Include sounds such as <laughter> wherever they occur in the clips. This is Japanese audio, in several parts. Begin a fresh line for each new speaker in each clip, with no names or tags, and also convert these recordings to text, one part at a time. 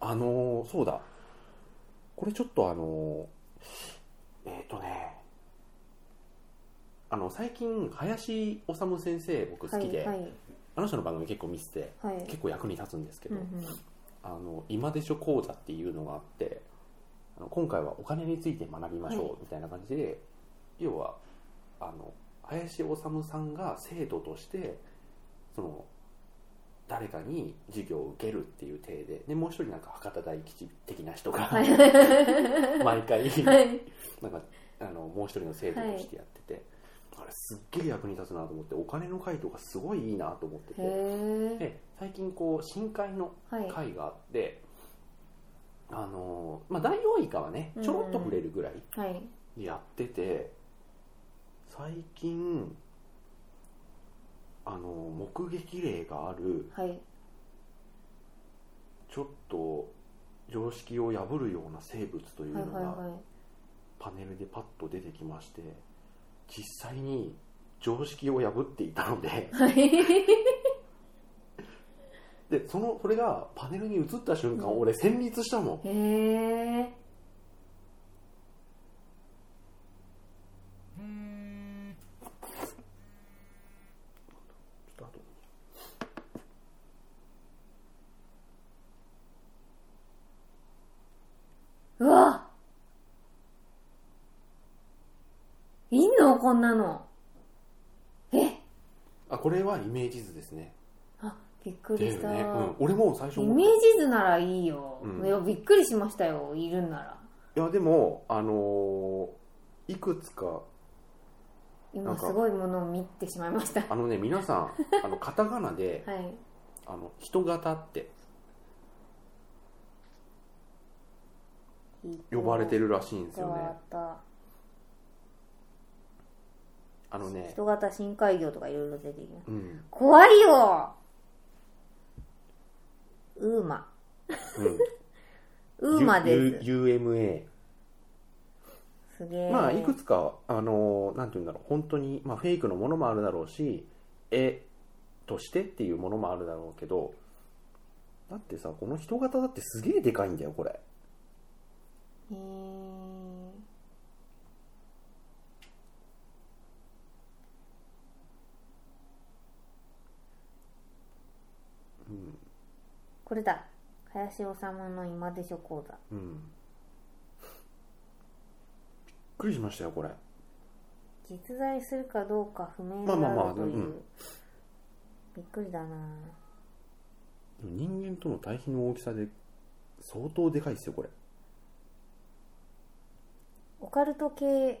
あのーそうだ。これちょっとあのーえっ、とね、あの、最近、林修先生、僕好きで、
はいはい
あの人の番組結構見てて、
はい
結構役に立つんですけ
う
ど、
んうん
あの今でしょ講座っていうのがあってあの今回はお金について学びまし
はい
ょうみたいな感じで、要はあの林修さんが生徒としてその誰かに授業を受けるっていう体ででもう一人なんか博多大吉的な人が、
は
<laughs>
い
毎回、
はい
なんかあのもう一人の生徒としてやってて、あれすっげえ役に立つなと思ってお金の回とかすごいいいなと思って
へ
て
え
で最近こう深海の
はい
回があって、あのーまあ、第4位かはねちょろっと触れるぐらい
はい
やってて、最近あのー目撃例がある
はい
ちょっと常識を破るような生物という
はい
の
はい
が
は
パネルでパッと出てきまして実際に常識を破っていたので
いはい
でそのそれがパネルに映った瞬間、
うん
俺戦慄したもん
へえ
ちょっと後
うわいんのこんなのえ
あこれはイメージ図ですね
あびっく
だ
り
よ
した、
ね、うん、俺も最初
イ
思った
メージ図ならいいよ、
うん
いやびっくりしましたよいるんなら
いやでもあのーいくつかな
今
ん
す
か
ごいものを見てしまいましたは
あのね皆さ
<laughs>
んあのカタカナで
い
あの人型って呼ばれて
る
るらしいんです
人
よね
型
あのね
人型深海魚とかいろいろ出てきます
うん、
怖いよウーマ
うん、
<laughs> ウーマ
U-
です
U- UMA
すげえ
まあいくつかあのーなんて言うんだろう本当にまあフェイクのものもあるだろうし絵としてっていうものもあるだろうけどだってさこの人型だってすげえでかいんだよこれ
へー
うん
これだ林修の今でしょ講座
うんびっくりしましたよこれ
実在するかどうか不明
まあまあま
だ
あ
という、
うん
びっくりだな
人間との対比の大きさで相当でかいですよこれ
オカルト系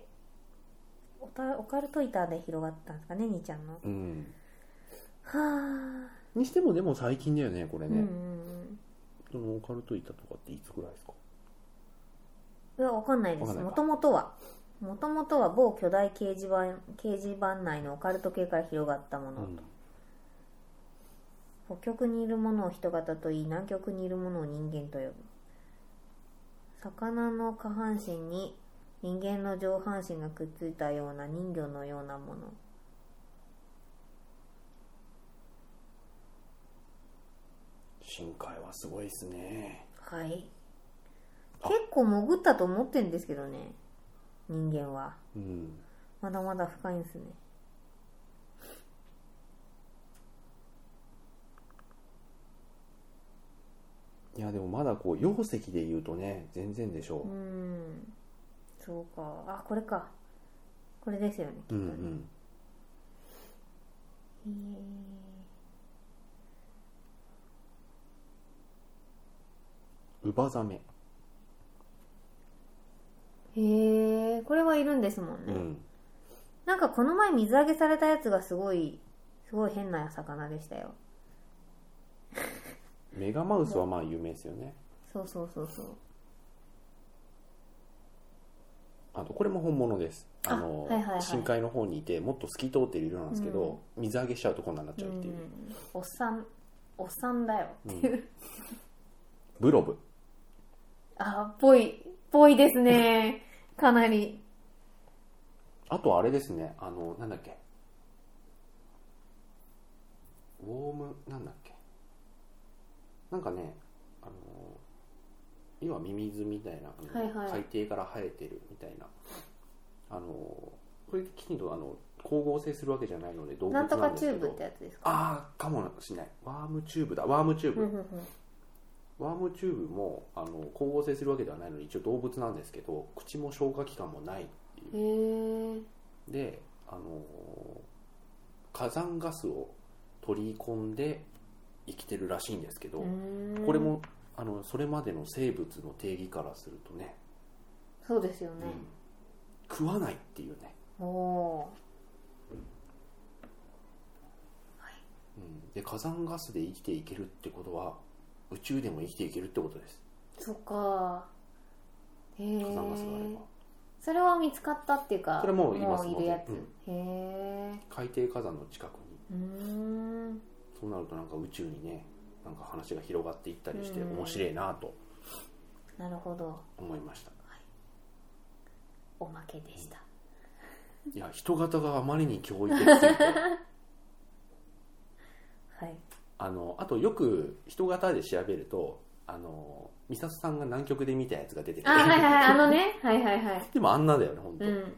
オタオカルトイターで広がったんですかね兄ちゃんのは
うん
あ、
にしてもでも最近だよねこれ
うんう
ね、
ん
そのオカルト板とかっていつぐらいですか
うんいやわかんないで
わか
す
んない
も
か
ともとはもともとは某巨大掲示板掲示板内のオカルト系から広がったもの、北極にいるものを人型と言い南極にいるものを人間と呼ぶ魚の下半身に人間の上半身がくっついたような人魚のようなもの
深海はすごいですね
はい
あ
結構潜ったと思ってんですけどね人間は
うん
まだまだ深いんですね
いやでもまだこう容積で言うとね全然でしょ
うーんそうかあこれかこれですよねき
う、
っと
う
ね
ん、うん
へえ
ウバザメ、
へえこれはいるんですもん
う
ね、
ん、
なんかこの前水揚げされたやつがすごい、すごい変な魚でしたよ。
メガマウスはまあ有名ですよね
そうそうそうそう。
あとこれも本物です
あ
あの、
はいはいはい
深海の方にいてもっと透き通ってる色なんですけど、水揚げしちゃうとこんなになっちゃうっていう、
んおっさん、おっさんだよっていう。
ブロブ
あ、ぽい、ぽいですね。かなり。
あとあれですね、あの、なんだっけ。ウォーム、なんだっけ。なんかね、あの、今ミミズみたいな、
はいはい
海底から生えてるみたいなあのこれきちんとあの光合成するわけじゃないので動物
な
なんんです
と
けど
かチューブってやつですか
ああかもしれないワームチューブだワームチュー
う
ブ、
んうんうん
ワームチューブもあの光合成するわけではないので一応動物なんですけど口も消化器官もないっていう
へえ
であの火山ガスを取り込んで生きてるらしいんですけど、これもあのそれまでの生物の定義からするとね、
そうですよね
うん、食わないっていうね、
おお
うん、で火山ガスで生きていけるってことは宇宙でも生きていけるってことです
ーそっかへえ
火山ガスがあれば
それは見つかったっていうか
それはもういます
もういるやつ、
うん
へえ
海底火山の近くに
うーん
そうなるとなんか宇宙にねなんか話が広がっていったりして
うん
面白いなと
なるほど
思いました、
おまけでした
いや人型があまりに驚異的すぎて <laughs>
はい
あのあとよく人型で調べるとあの美里さんが南極で見たやつが出てくる
あはいはいあのねはいはいはい
でもあんなだよね本当、
うん